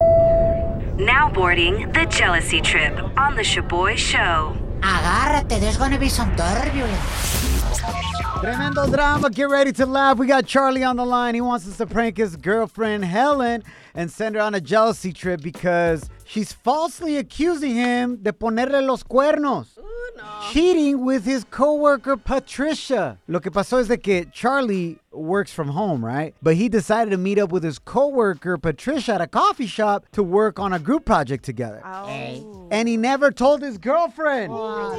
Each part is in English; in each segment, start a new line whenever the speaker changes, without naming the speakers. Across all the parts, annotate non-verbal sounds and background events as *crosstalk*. Now boarding the jealousy trip on the Shaboy Show.
Agárrate, there's gonna be some turbulence.
Tremendo drama. Get ready to laugh. We got Charlie on the line. He wants us to prank his girlfriend, Helen, and send her on a jealousy trip because she's falsely accusing him de ponerle los cuernos. Cheating with his coworker Patricia. Lo que pasó es de que Charlie works from home, right? But he decided to meet up with his coworker Patricia at a coffee shop to work on a group project together.
Hey.
And he never told his girlfriend.
Oh.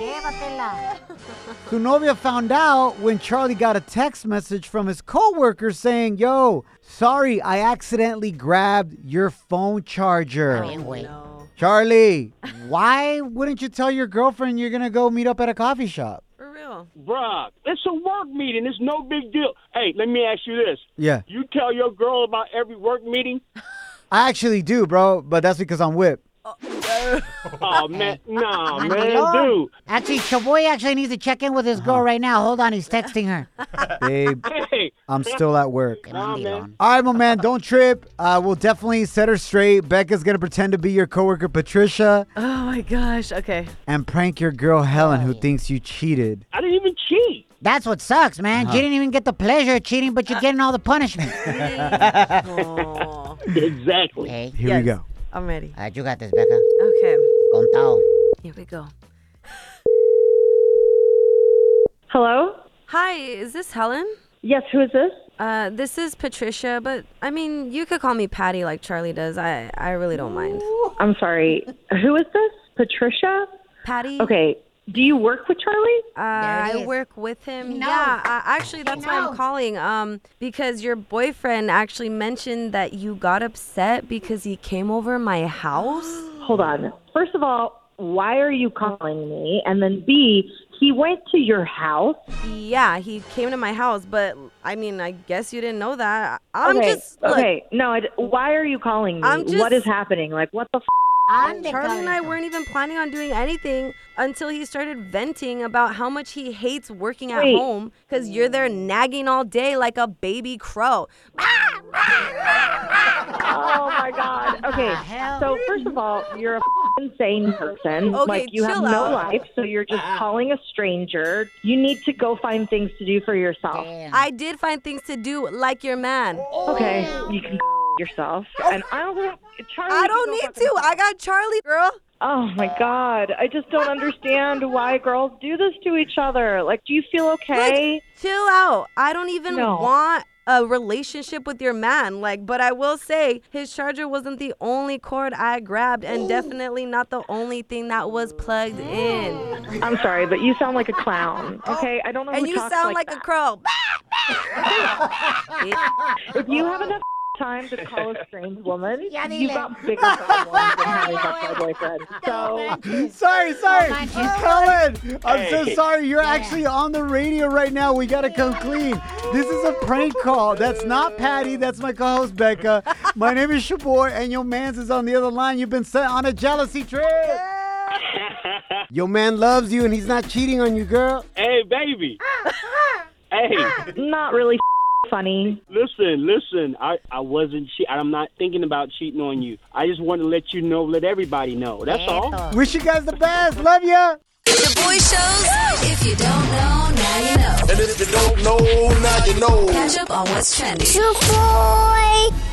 Su novia found out when Charlie got a text message from his coworker saying, "Yo, sorry, I accidentally grabbed your phone charger."
Bien, güey.
Charlie, why wouldn't you tell your girlfriend you're gonna go meet up at a coffee shop?
For real.
Bruh, it's a work meeting. It's no big deal. Hey, let me ask you this.
Yeah,
You tell your girl about every work *laughs* meeting?
I actually do, bro, but that's because I'm whipped.
Oh, man. Nah, man,
Mandelón.
dude.
Actually, Chaboy actually needs to check in with his girl right now. Hold on, he's texting her.
Babe,
Hey,
I'm still at
*laughs*
work.
nah, man.
Mandelón.
All right, my man, don't trip. Uh, we'll definitely set her straight. Becca's gonna pretend to be your coworker Patricia
Oh my gosh. Okay.
and prank your girl Helen, who thinks you cheated.
I didn't even *laughs* cheat.
That's what sucks, man. You didn't even get the pleasure of cheating, but you're getting *laughs* all the punishment.
oh,
Exactly.
hey,
Here we
Yes.
go.
I'm ready.
all right, you got this, Becca.
Okay.
Contao.
Here we go.
Hello?
Hi, is this Helen?
Yes, who is this?
Uh, this is Patricia, but I mean, you could call me Patty like Charlie does. I, I really don't mind.
I'm sorry. Who is this? Patricia?
Patty.
Okay. Do you work with Charlie?
Uh, I
it is.
work with him.
knows.
Yeah. Uh, actually, that's why I'm
knows.
calling. Um, because your boyfriend actually mentioned that you got upset because he came over my house.
*gasps*
Hold on. First of all, why are you calling me? And then B, he went to your house.
Yeah, he came to my house, but I mean, I guess you didn't know that. I'm
okay.
just look,
okay. No, I d why are you calling me?
I'm just-
what is happening? Like, what the? F-
Charlie and I weren't even planning on doing anything until he started venting about how much he hates working at
Wait.
home because you're there nagging all day like a baby crow.
oh my
*laughs*
god. Okay. So first of all, you're a f- insane person.
Okay,
like you have
chill
no
out.
life, so you're just calling a stranger. You need to go find things to do for yourself.
I did find things to do like your man.
Okay, you can *laughs* yourself. And I don't want Charlie.
I
you
don't
go
need
fucking-
to. I got Charlie, girl.
Oh my god, I just don't understand why girls do this to each other. Like, do you feel okay?
Chill out. I don't even
No.
want a relationship with your man. Like, but I will say his charger wasn't the only cord I grabbed and definitely not the only thing that was plugged in.
I'm sorry, but you sound like
*laughs*
a clown. Okay, I don't know.
And
who
you
talks
sound like, a crow.
that. If you have enough *laughs* time to call a strange woman,
Ya
you
dile.
got bigger problems
*laughs*
than having sex with my boyfriend. So.
*laughs* Sorry, sorry.
Come on, Jim.
Helen, I'm so
Hey.
sorry. You're actually on the radio right now. We got to come clean. This is a prank call. That's not Patty. That's my co host, Becca. My name is Shabor, and your man's is on the other line. You've been sent on a jealousy trip. *laughs* Your man loves you, and he's not cheating on you, girl.
Hey, baby. hey,
Not really *laughs* funny.
listen, listen. I, I wasn't cheating. I'm not thinking about cheating on you. I just wanted to let you know, let everybody know. That's all.
Wish you guys the best. Love ya.
Shaboy Shows. If you don't know, now you know.
And if you don't know, now you know.
Catch up on what's trending.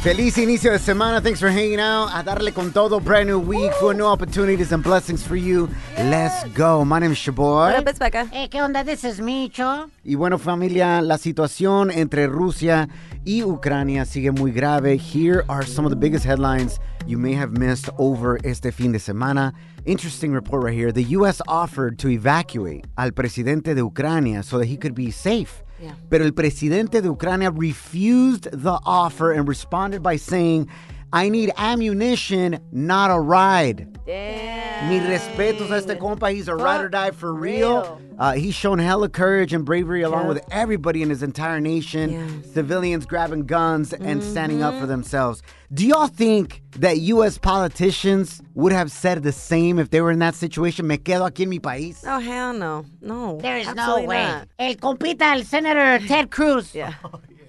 Feliz inicio de semana. Thanks for hanging out. A darle con todo. Brand new week, full of new opportunities and blessings for you. Let's go. My name is Shabor.
What up, it's Becca.
Hey, Eh, ¿qué onda? This is Micho.
Y bueno familia, la situación entre Rusia y Ucrania sigue muy grave. Here are some of the biggest headlines you may have missed over este fin de semana. Interesting report right here. The US offered to evacuate al presidente de Ucrania so that he could be safe. Pero el presidente de Ucrania refused the offer and responded by saying I need ammunition, not a ride.
Damn.
Mis respetos a este compa. He's a ride or die for real.
real.
Uh, he's shown hella courage and bravery along with everybody in his entire nation.
Yes. Mm-hmm.
Civilians grabbing guns and standing up for themselves. Do y'all think that U.S. politicians would have said the same if they were in that situation? Me quedo aquí en mi país.
Oh hell no, no.
There is no
absolutely
way.
not.
El compita, el Senator Ted Cruz.
Yeah,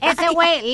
Ese güey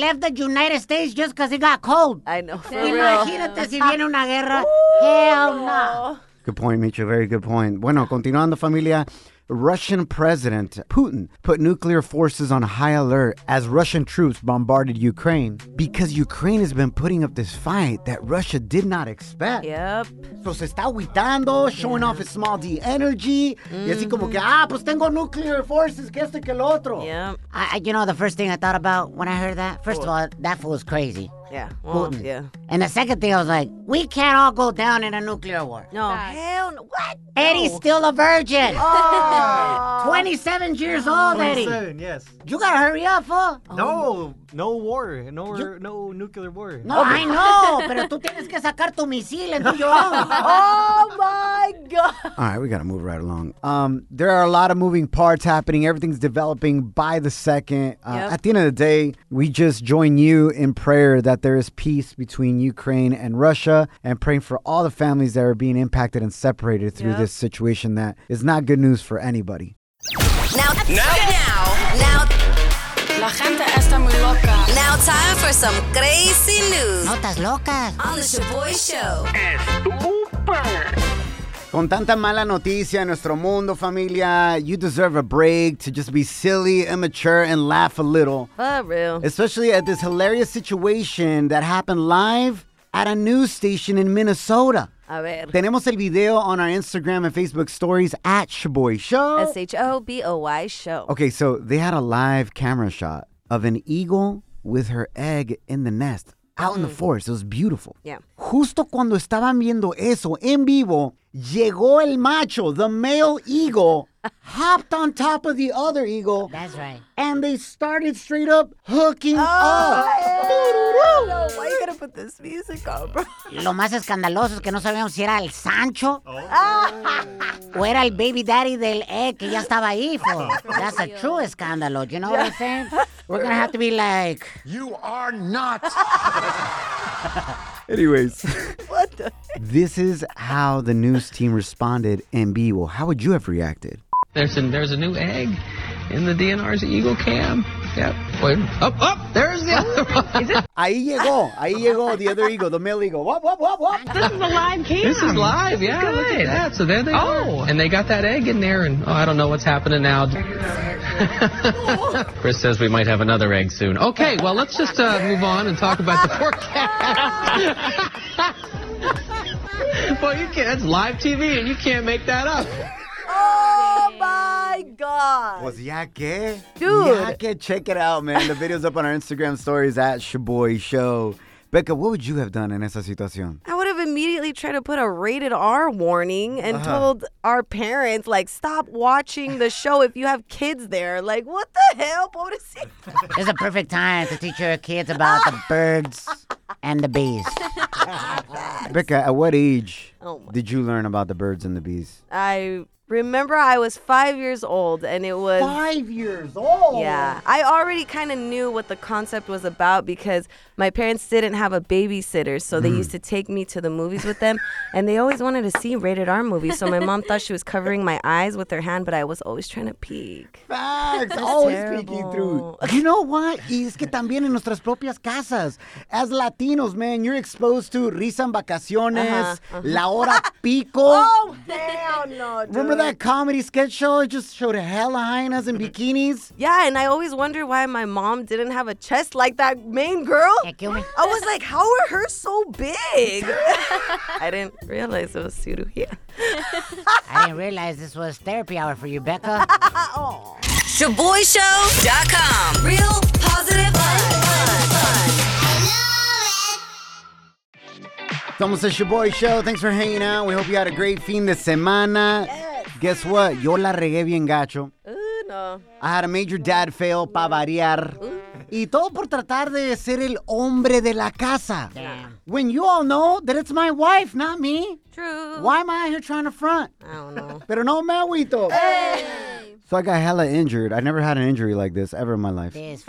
*laughs*
left the United States just because it got cold.
I know for real.
Imagínate si viene una guerra. Hell no.
Good point, Micho. Very good point. Bueno, continuando, familia. Russian President Putin put nuclear forces on high alert as Russian troops bombarded Ukraine because Ukraine has been putting up this fight that Russia did not expect.
Yep.
So se está aguitando, showing off his small D energy. Y así como que, ah, pues tengo nuclear forces, que este que el otro.
Yep.
I, I- you know, the first thing I thought about when I heard that, first of all, that fool is crazy.
Yeah. Well,
Putin.
yeah.
And the second thing, I was like, we can't all go down in a nuclear war.
No. Hell no. What?
Eddie's still
*laughs*
a virgin.
Ah.
*laughs* 27 years old, Eddie.
Seven, yes.
You gotta hurry up, fool.
No, no war, no, no nuclear war.
No,
*laughs*
I know, pero tú tienes que sacar tu misil en tu own.
Oh my God.
All right, we got to move right along. Um, there are a lot of moving parts happening. Everything's developing by the second. Uh,
Yep.
At the end of the day, we just join you in prayer that there is peace between Ukraine and Russia and praying for all the families that are being impacted and separated through this situation that is not good news for anybody.
Now, now, now, now,
La gente está muy loca.
now, time for some crazy news
Notas locas.
on the Shaboy Show.
Con tanta mala noticia en nuestro mundo, familia, you deserve a break to just be silly, immature, and laugh a little.
For real.
especially at this hilarious situation that happened live at a news station in Minnesota.
A ver.
Tenemos el video on our Instagram and Facebook stories at Shaboy Show.
S H O B O Y show.
Okay, so they had a live camera shot of an eagle with her egg in the nest out in the forest. It was beautiful.
Yeah.
Justo cuando estaban viendo eso en vivo, llegó el macho, the male eagle, hopped on top of the other eagle
That's right.
and they started straight up hooking up.
No, Oh, why you gotta put this music on, bro?
Lo más escandaloso es que no sabíamos si era el Sancho o era el baby daddy del egg que ya estaba ahí. fool. That's a true escándalo. You know what I'm saying? We're gonna have to be like,
You are not.
*laughs*
Anyways, this is how the news team responded and B. Well, how would you have reacted?
There's a, there's a new egg in the DNR's Eagle Cam. Yep. Wait. Up, up. There's the other one.
Ahí llegó, ahí llegó the other eagle, the male eagle. Wop, wop, wop, wop.
*laughs* This is live. Yeah. Look at that. So there they oh. are. And they got that egg in there. And oh, I don't know what's happening now. *laughs* Chris says we might have another egg soon. Okay. Well, let's just uh, move on and talk about the forecast. *laughs* well, you can't. It's live TV, and you can't make that up.
Oh my God.
Was ya que?
Dude.
Ya que, check it out, man. The video's up on our Instagram stories at Shaboy Show. Becca, what would you have done in esa
*laughs*
situación?
I would have immediately tried to put a rated R warning and told our parents, like, stop watching the show if you have kids there. Like, what the hell, pobrecita?
it's a perfect time to teach your kids
Ah,
about the birds and the bees.
Becca, at what age
Oh my-
did you learn about the birds and the bees?
I remember I was five years old and it was.
Five years old.
Oh.
Yeah, I already kind of knew what the concept was about because my parents didn't have a babysitter, so they
Mm.
used to take me to the movies with them, *laughs* and they always wanted to see rated R movies. So my mom thought she was covering my eyes with her hand, but I was always trying to peek.
Facts. Always peeking
terrible.
through. You know what? Y es que también en nuestras propias casas, as Latinos, man, you're exposed to risa en vacaciones, la
*laughs*
hora pico.
Oh, hell no!
Remember that comedy sketch show? It just showed hella hyenas in bikinis.
Yeah, and I always wonder why my mom didn't have a chest like that main girl.
Yeah, kill me.
I was like, how are hers so big? *laughs* I didn't realize it was Suru here.
I didn't realize this was therapy hour for you, Becca.
ShaboyShow.com. Real positive fun.
Somos el Shaboy Show. Thanks for hanging out. We hope you had a great fin de semana. Guess what? Yo la regué bien gacho.
Ooh, Uh, no.
I had a major dad fail pa' variar. Y todo por tratar de ser el hombre de la casa.
Damn.
when you all know that it's my wife, not me.
True.
Why am I out here trying to front?
I don't
*laughs*
know.
Pero no me agüito.
Eh.
So I got hella injured. I never had an injury like this ever in my life.
Gosh.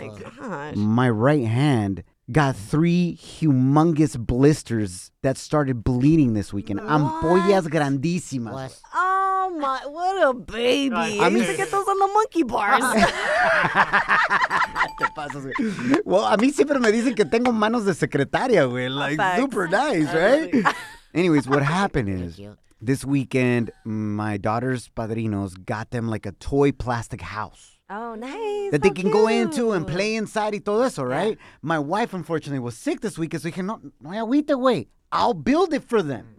My right hand got three humongous blisters that started bleeding this weekend. Ampollas grandísimas.
Oh my! What a baby!
I
I used
mean-
to get those on the
*laughs*
monkey
*laughs*
bars. *laughs*
Te pasas, güey. Well, a mí siempre me dicen que tengo manos de secretaria, güey. Like,
Facts.
super nice, right? Anyways, what happened is this weekend, my daughter's padrinos got them like a toy plastic house
oh, nice.
that they can go into and play inside y todo eso, right? My wife, unfortunately, was sick this weekend, so dije, no, no hay agüita, güey. I'll build it for them.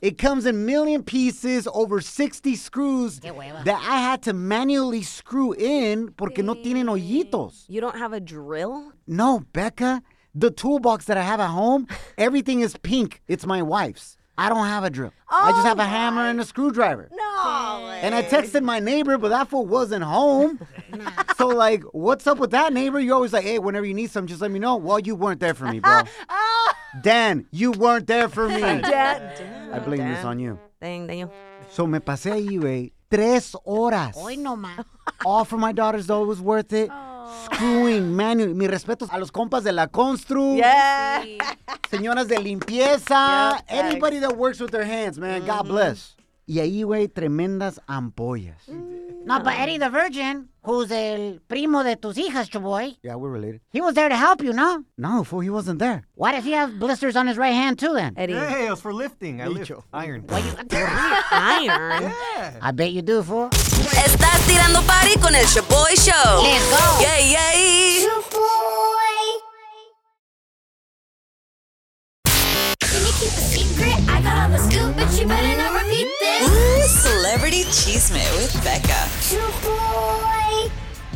It comes in million pieces, over 60 screws
Qué hueva.
that I had to manually screw in porque no tienen hoyitos.
You don't have a drill?
No, Becca, the toolbox that I have at home, everything is pink. It's my wife's. I don't have a drill. I just have a hammer and a screwdriver.
No.
And I texted my neighbor, but that fool wasn't home. so like, what's up with that neighbor? You're always like, hey, whenever you need something, just let me know. Well, you weren't there for me,
*laughs*
bro. Dan, you weren't there for me. I blame this on you.
Dang, Daniel.
So me pasé ahí, güey, tres horas.
Hoy no más.
All for my daughters, though, it was worth it.
Oh.
Screwing, manual. Mis respetos a los compas de la constru.
Yeah.
Señoras de limpieza.
Yeah, Mm-hmm.
Anybody that works with their hands, man. God bless. Y ahí, güey, tremendas ampollas.
Mm.
No, but Eddie the Virgin, who's el primo de tus hijas, Chuboy,
Yeah, we're related.
he was there to help you, no?
No, fool, he wasn't there.
Why does he have blisters on his right hand too then?
Eddie.
Hey, it was for lifting. I lift iron. *laughs*
Iron.
I bet you do, fool.
Estás tirando party con el Shaboy Show.
Let's go.
Yay, yay. Can you keep a secret? I got all the scoop, but you better not repeat this.
Celebrity Chisme with Becca.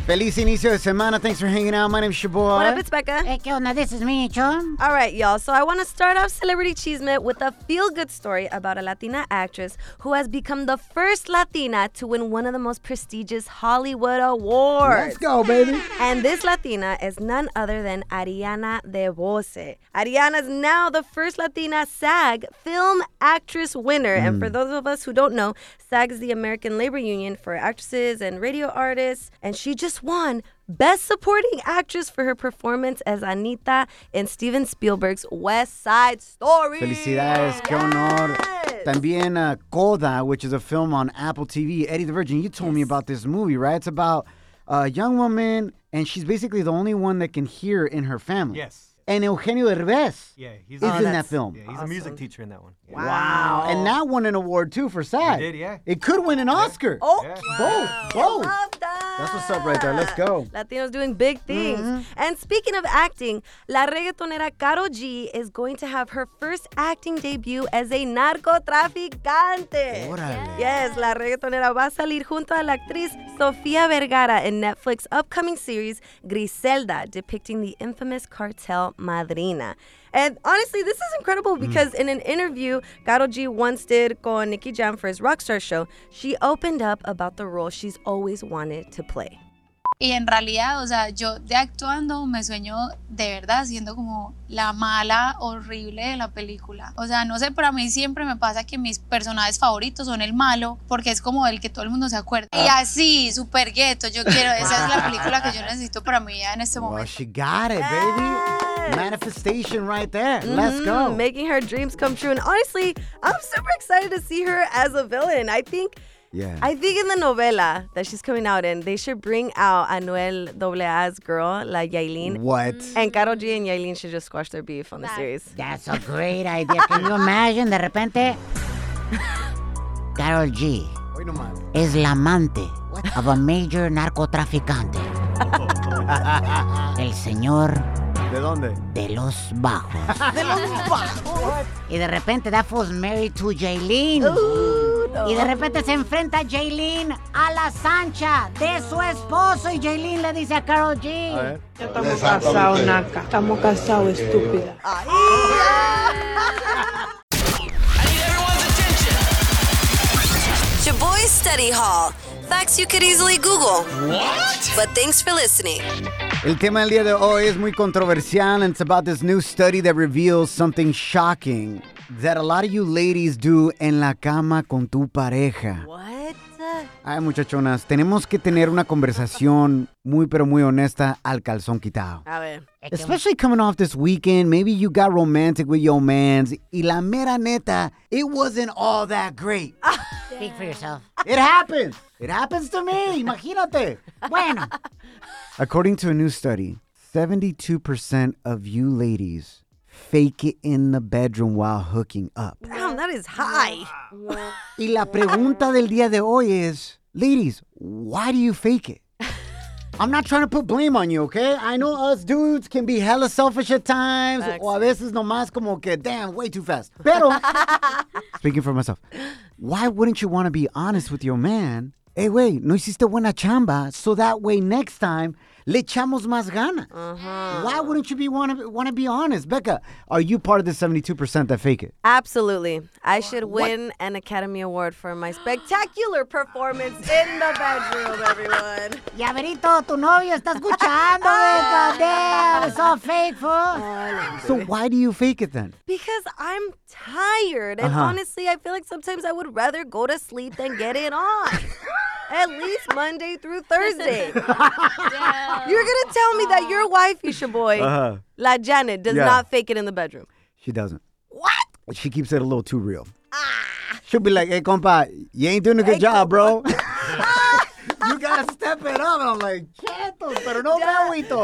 Feliz inicio de semana. Thanks for hanging out. My name's Shaboy.
What up, it's Becca.
Hey, ¿qué onda? This is me, Chum.
All right, y'all. So I want to start off Celebrity Chisme with a feel good story about a Latina actress who has become the first Latina to win one of the most prestigious Hollywood awards.
Let's go, baby.
And this Latina is none other than Ariana DeBose. Ariana is now the first Latina SAG Film Actress winner. And
Mm.
for those of us who don't know, SAG is the American Labor Union for actresses and radio artists. And she just won Best Supporting Actress for her performance as Anita in Steven Spielberg's West Side Story.
Felicidades, qué honor. También uh, Coda, which is a film on Apple TV. Eddie the Virgin, you told me about this movie, right? It's about a young woman, and she's basically the only one that can hear in her family.
Yes.
And Eugenio Derbez
Yeah, he's
is
Oh,
in that
that's
film.
Yeah, he's a music teacher in that one. Yeah.
Wow. And that won an award too for SAG.
It did, yeah.
It could win an Oscar.
Oh,
Both, both.
love that.
That's what's up right there. Let's go.
Latinos doing big things. And speaking of acting, la reggaetonera Karol G is going to have her first acting debut as a narcotraficante.
Órale.
Yes, la reggaetonera va a salir junto a la actriz Sofía Vergara in Netflix upcoming series Griselda, depicting the infamous cartel Madrina. And honestly, this is incredible because in an interview Karol G once did con Nicky Jam for his Rockstar show, she opened up about the role she's always wanted to play.
Y en realidad, o sea, yo de actuando me sueño de verdad siendo como la mala horrible de la película. O sea, no sé, pero a mí siempre me pasa que mis personajes favoritos son el malo, porque es como el que todo el mundo se acuerda. Y
Ah.
así, super gueto, yo quiero, esa es la película que yo necesito para mi vida en este
Well,
momento.
she got it, baby. Manifestation right there. Let's
Mhm,
go.
Making her dreams come true. And honestly, I'm super excited to see her as a villain. I think
Yeah.
I think in the novela that she's coming out in, they should bring out Anuel AA's girl, la Yailin.
What?
And Karol G and Yailin should just squash their beef on the series.
That's a great idea. Can you imagine? De repente, Carol G
Hoy no más.
es la amante of a major narcotraficante. El señor
¿De dónde?
de los bajos. Y de repente that fool's married to Jaylin. Y de repente se enfrenta Jaylin a la sancha de su esposo y Jaylin le dice a Carol G.
Estamos casados, Naca. Estamos casados, estúpida.
Shaboy Study Hall. Facts you could easily Google. What? But thanks for listening.
El tema del día de hoy es muy controversial, and it's about this new study that reveals something shocking that a lot of you ladies do en la cama con tu pareja.
What?
Ay, muchachonas, tenemos que tener una conversación muy, pero muy honesta al calzón quitado.
A ver.
Especially coming off this weekend, maybe you got romantic with your mans, y la mera neta, it wasn't all that great.
Speak for yourself.
It happens. It happens to me. Imagínate.
Bueno.
According to a new study, 72% of you ladies fake it in the bedroom while hooking up.
Damn, that is high.
Y la pregunta del día de hoy es, ladies, why do you fake it? I'm not trying to put blame on you, okay? I know us dudes can be hella selfish at times, o a veces nomás como que, damn, way too fast. Pero, speaking for myself, why wouldn't you want to be honest with your man? Hey, wait, no hiciste buena chamba, so that way next time le echamos más ganas. Why wouldn't you be want to want to be honest, Becca? Are you part of the 72% that fake it?
Absolutely. I should win an Academy Award for my spectacular performance in the bedroom, everyone.
Llaverito, tu novio está escuchando, Beca. Damn, it's all fake, fool.
So why do you fake it then?
Because I'm tired. And
Uh-huh.
honestly, I feel like sometimes I would rather go to sleep than get it on.
*laughs*
At least Monday through Thursday. You're going to tell me that your wife, Isha Boy,
Uh-huh.
La Janet, does
Yeah.
not fake it in the bedroom.
She doesn't. What? She keeps it a little too real.
Ah.
She'll be like, "Hey, compa, you ain't doing a good job, bro." *laughs*
Ah.
you gotta step it up. And I'm like, "Cheto, pero no Maguito."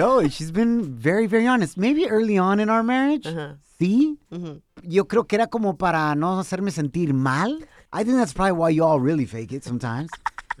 No, she's been very, very honest. Maybe early on in our marriage, see, yo creo que era como para no hacerme sentir mal. I think that's probably why you all really fake it sometimes.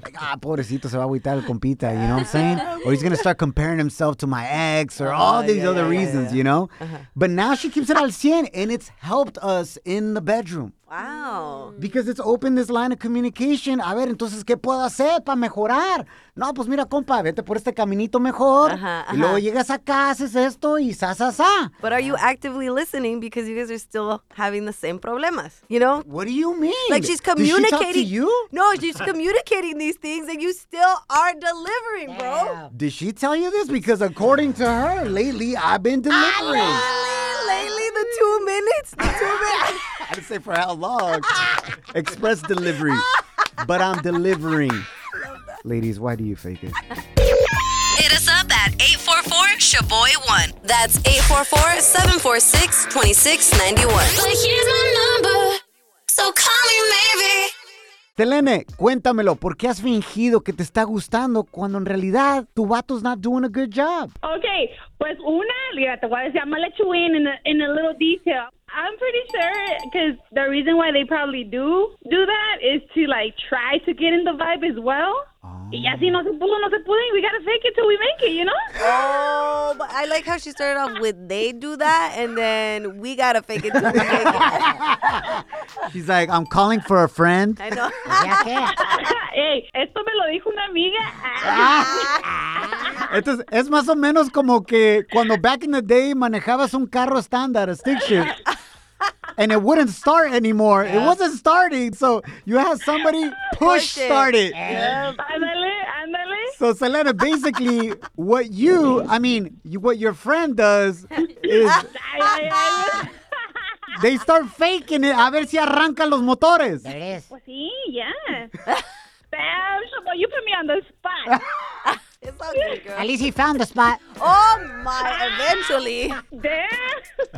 Like, ah, pobrecito, se va a agüitar el compita, you know what I'm
*laughs*
saying? Or he's going to start comparing himself to my ex or all
Oh,
these
yeah,
other
yeah, yeah,
reasons,
yeah.
you know?
Uh-huh.
But now she keeps it al 100 and it's helped us in the bedroom.
Wow.
Because it's opened this line of communication. A ver, entonces, ¿qué puedo hacer para mejorar? No, pues mira, compa, vete por este caminito mejor.
Ajá,
Y luego
ajá.
llegas acá, haces esto y sa, sa, sa.
But are you actively listening because you guys are still having the same problemas? You know?
What do you mean?
Like she's
Did she talk to
communicating.
you?
No,
*laughs*
she's communicating these things and you still are delivering, bro.
Did she tell you this? Because according to her, lately I've been delivering.
Ah, Lately, the two minutes, the two minutes.
I didn't say for how long. Express delivery. But I'm delivering. Ladies, why do you fake it?
Hit us up at 844-SHABOY1. That's 844-746-2691.
But here's my number, so call me maybe.
Selene, cuéntamelo, ¿por qué has fingido que te está gustando cuando en realidad tu vato's not doing a good job?
Okay, pues una, mira, te voy a decir, I'm gonna let you in in a, in a little detail. I'm pretty sure because the reason why they probably do do that is to like try to get in the vibe as well. Y así no se pudo, no se pudo, y we gotta fake it till we make it, you know? *laughs*
Oh, but I like how she started off with they do that and then we gotta fake it. till we make it."
She's like, I'm calling for a friend.
I know.
Ey, esto me lo dijo una amiga. Ah,
*laughs* Entonces, es más o menos como que cuando back in the day manejabas un carro estándar, a stick shift. And it wouldn't start anymore. It wasn't starting, so you had somebody push
it.
start it.
Ándale, ándale.
So, Selena, basically, what you, I mean, you, what your friend does is
Ay, ay, ay.
they start faking it a ver si arrancan los motores.
*laughs* Pues sí, ya. Damn, Shabo, you put me on the spot.
*laughs* it's okay, girl.
At least he found the spot.
Oh my, eventually.
*laughs* Damn.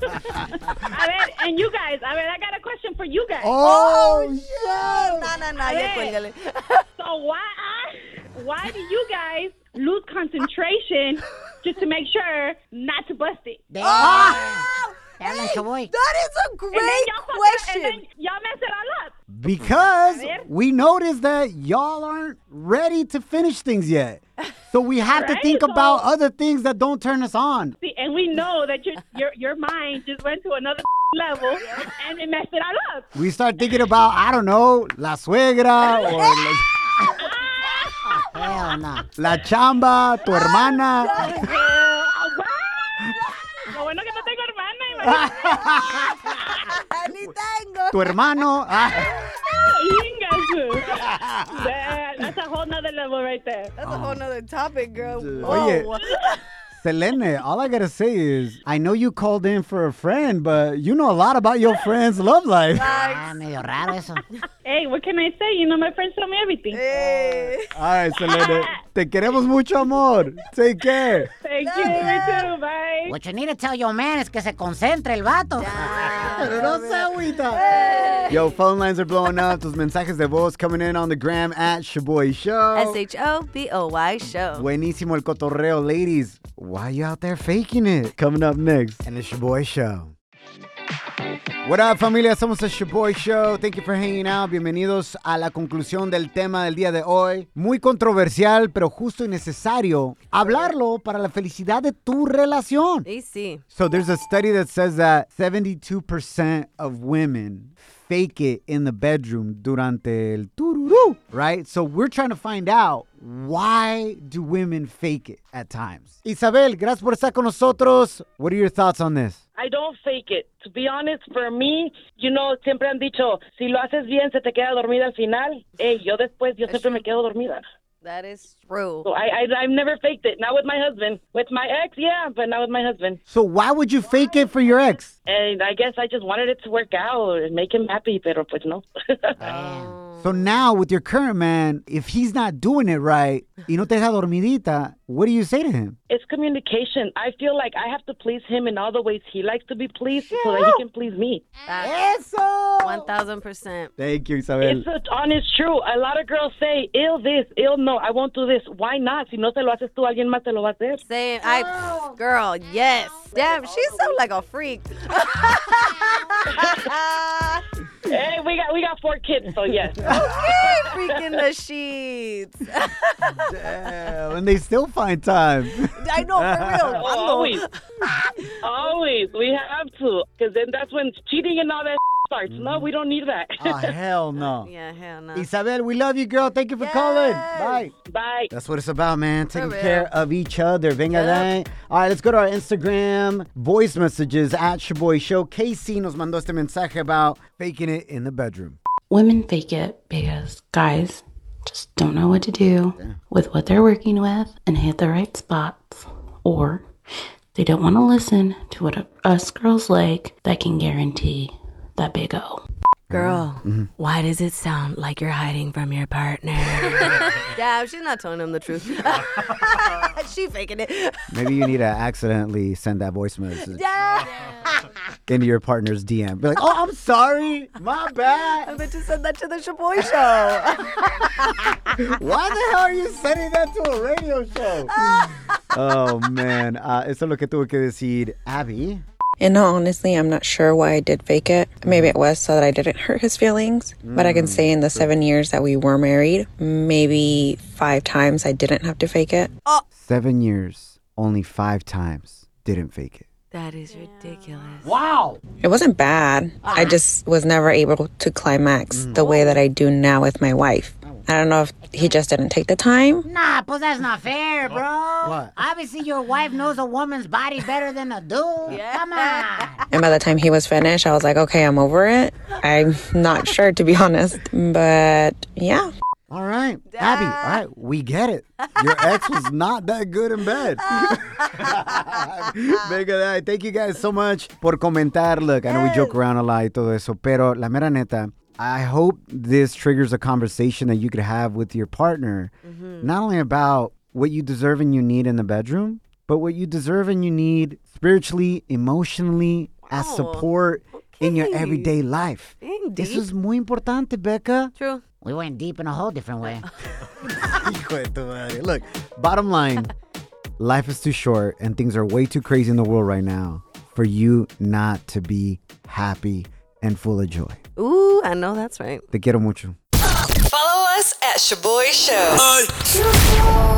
A ver, and you guys, a ver, I got a question for you guys.
Oh,
No, no, no,
A
ya
ver,
cuélgale.
so why why do you guys lose concentration just to make sure not to bust it?
Damn. Ah. Te
Hey,
hablan, Chaboy.
Oh, that is a great
And then y'all fuck
question.
It, up- and then y'all mess it all up.
Because
A ver.
we noticed that y'all aren't ready to finish things yet. So we have to
Right,
think
so-
about other things that don't turn us on.
See, and we know that your your your mind just went to another *laughs* level and it messed it
*laughs*
all up.
We start thinking about, I don't know, la suegra or la,
Hell no.
la chamba, tu hermana.
Girl, oh, wow. Lo bueno que no tengo hermana, imagínate.
Ni tengo.
Tu hermano. Ah,
Ingasu.
*laughs*
That- that's a whole nother level right there. That's
a whole nother topic, girl.
Oye. *laughs* Selene, all I gotta say is I know you called in for a friend, but you know a lot about your friend's love life.
Ah, medio raro eso.
Hey, what can I say? You know, my friends tell me everything.
All right, Selene. Te queremos mucho amor. Take care.
Thank you. You too. Bye.
What you need to tell your man es que se concentre el vato. *laughs*
Pero no se agüita. Yo, phone lines are blowing up. Those mensajes de voz coming in on the gram at Shaboy Show.
S H O B O Y show.
Buenísimo el cotorreo, ladies. Why you out there faking it? Coming up next. And it's your boy show. What up, familia? Somos el Shaboy Show. Thank you for hanging out. Bienvenidos a la conclusión del tema del día de hoy. Muy controversial, pero justo y necesario hablarlo para la felicidad de tu relación.
Y sí.
So there's a study that says that 72% of women fake it in the bedroom durante el tururu, right? So we're trying to find out why do women fake it at times. Isabel, gracias por estar con nosotros. What are your thoughts on this?
I don't fake it. To be honest, for me, you know, siempre han dicho, si lo haces bien, se te queda dormida al final. Hey, yo después, yo siempre me quedo dormida.
That is true.
So I, I, I've never faked it. Not with my husband. With my ex, yeah, but not with my husband.
So why would you fake it for your ex?
And I guess I just wanted it to work out and make him happy, pero pues no.
So now with your current man, if he's not doing it right, y no te deja dormidita, what do you say to him?
*laughs* It's communication. I feel like I have to please him in all the ways he likes to be pleased so that he can please me.
That's 1000%.
Thank you, Isabel.
It's a, honest true. A lot of girls say, ill this, ill no, I won't do this. Why not? Si no se lo haces tú, alguien más te lo va a hacer.
Same. I, girl, yes. Damn, she sounds like a freak. *laughs*
Hey, we got, we got four kids, so yes.
Oh, Okay, freaking the sheets. *laughs*
Damn, and they still find *laughs* time.
I know, for real.
Oh, always. always. We have to. Because then that's when cheating and all that *laughs* starts. No, we don't need that.
Oh, hell no.
Yeah, hell no.
Uh-huh. Isabel, we love you, girl. Thank you for calling. Bye.
*laughs* Bye.
That's what it's about, man. Taking
real.
care of each other. Venga de ahí. All right, let's go to our Instagram voice messages at Shaboy Show. Casey nos mandó este mensaje about faking it in the bedroom.
Women fake it because guys just don't know what to do with what they're working with and hit the right spots, or they don't want to listen to what us girls like that can guarantee that big O.
Girl, why does it sound like you're hiding from your partner? Damn, she's not telling him the truth. *laughs* she faking it. *laughs*
Maybe you need to accidentally send that voice message
Yeah.
into your partner's DM. Be like, oh, I'm sorry. My
I
bad.
bet you said that to the Shaboy
*laughs*
show.
Why the hell are you sending that to a radio show? oh, man. Uh, eso es lo que tuve que decir Abby.
And no, honestly, I'm not sure why I did fake it. Maybe it was so that I didn't hurt his feelings. But I can say in the seven years that we were married, maybe five times I didn't have to fake it.
Seven years, only five times. Didn't fake it.
that is ridiculous.
Wow.
It wasn't bad. I just was never able to climax the way that I do now with my wife. I don't know if he just didn't take the time.
Nah, pues that's not fair, bro.
What?
Obviously, your wife knows a woman's body better than a dude. Come on.
And by the time he was finished, I was like, okay, I'm over it. I'm not sure, to be honest. But yeah.
All right, Abby. All right, we get it. Your ex
*laughs*
was not that good in bed. Venga, de ahí. thank you guys so much por comentar. Look, I know we joke around a lot y todo eso, pero la mera neta, I hope this triggers a conversation that you could have with your partner,
Mm-hmm.
not only about what you deserve and you need in the bedroom, but what you deserve and you need spiritually, emotionally, as
Wow.
support in your
Okay.
everyday life.
Dang,
This
deep.
is muy importante, Becca.
True.
We went deep in a whole different way.
*laughs* Hijo de tu madre. Look, bottom line, life is too short and things are way too crazy in the world right now for you not to be happy and full of joy.
Ooh, I know that's right.
Te quiero mucho.
Follow us at Shaboy Show.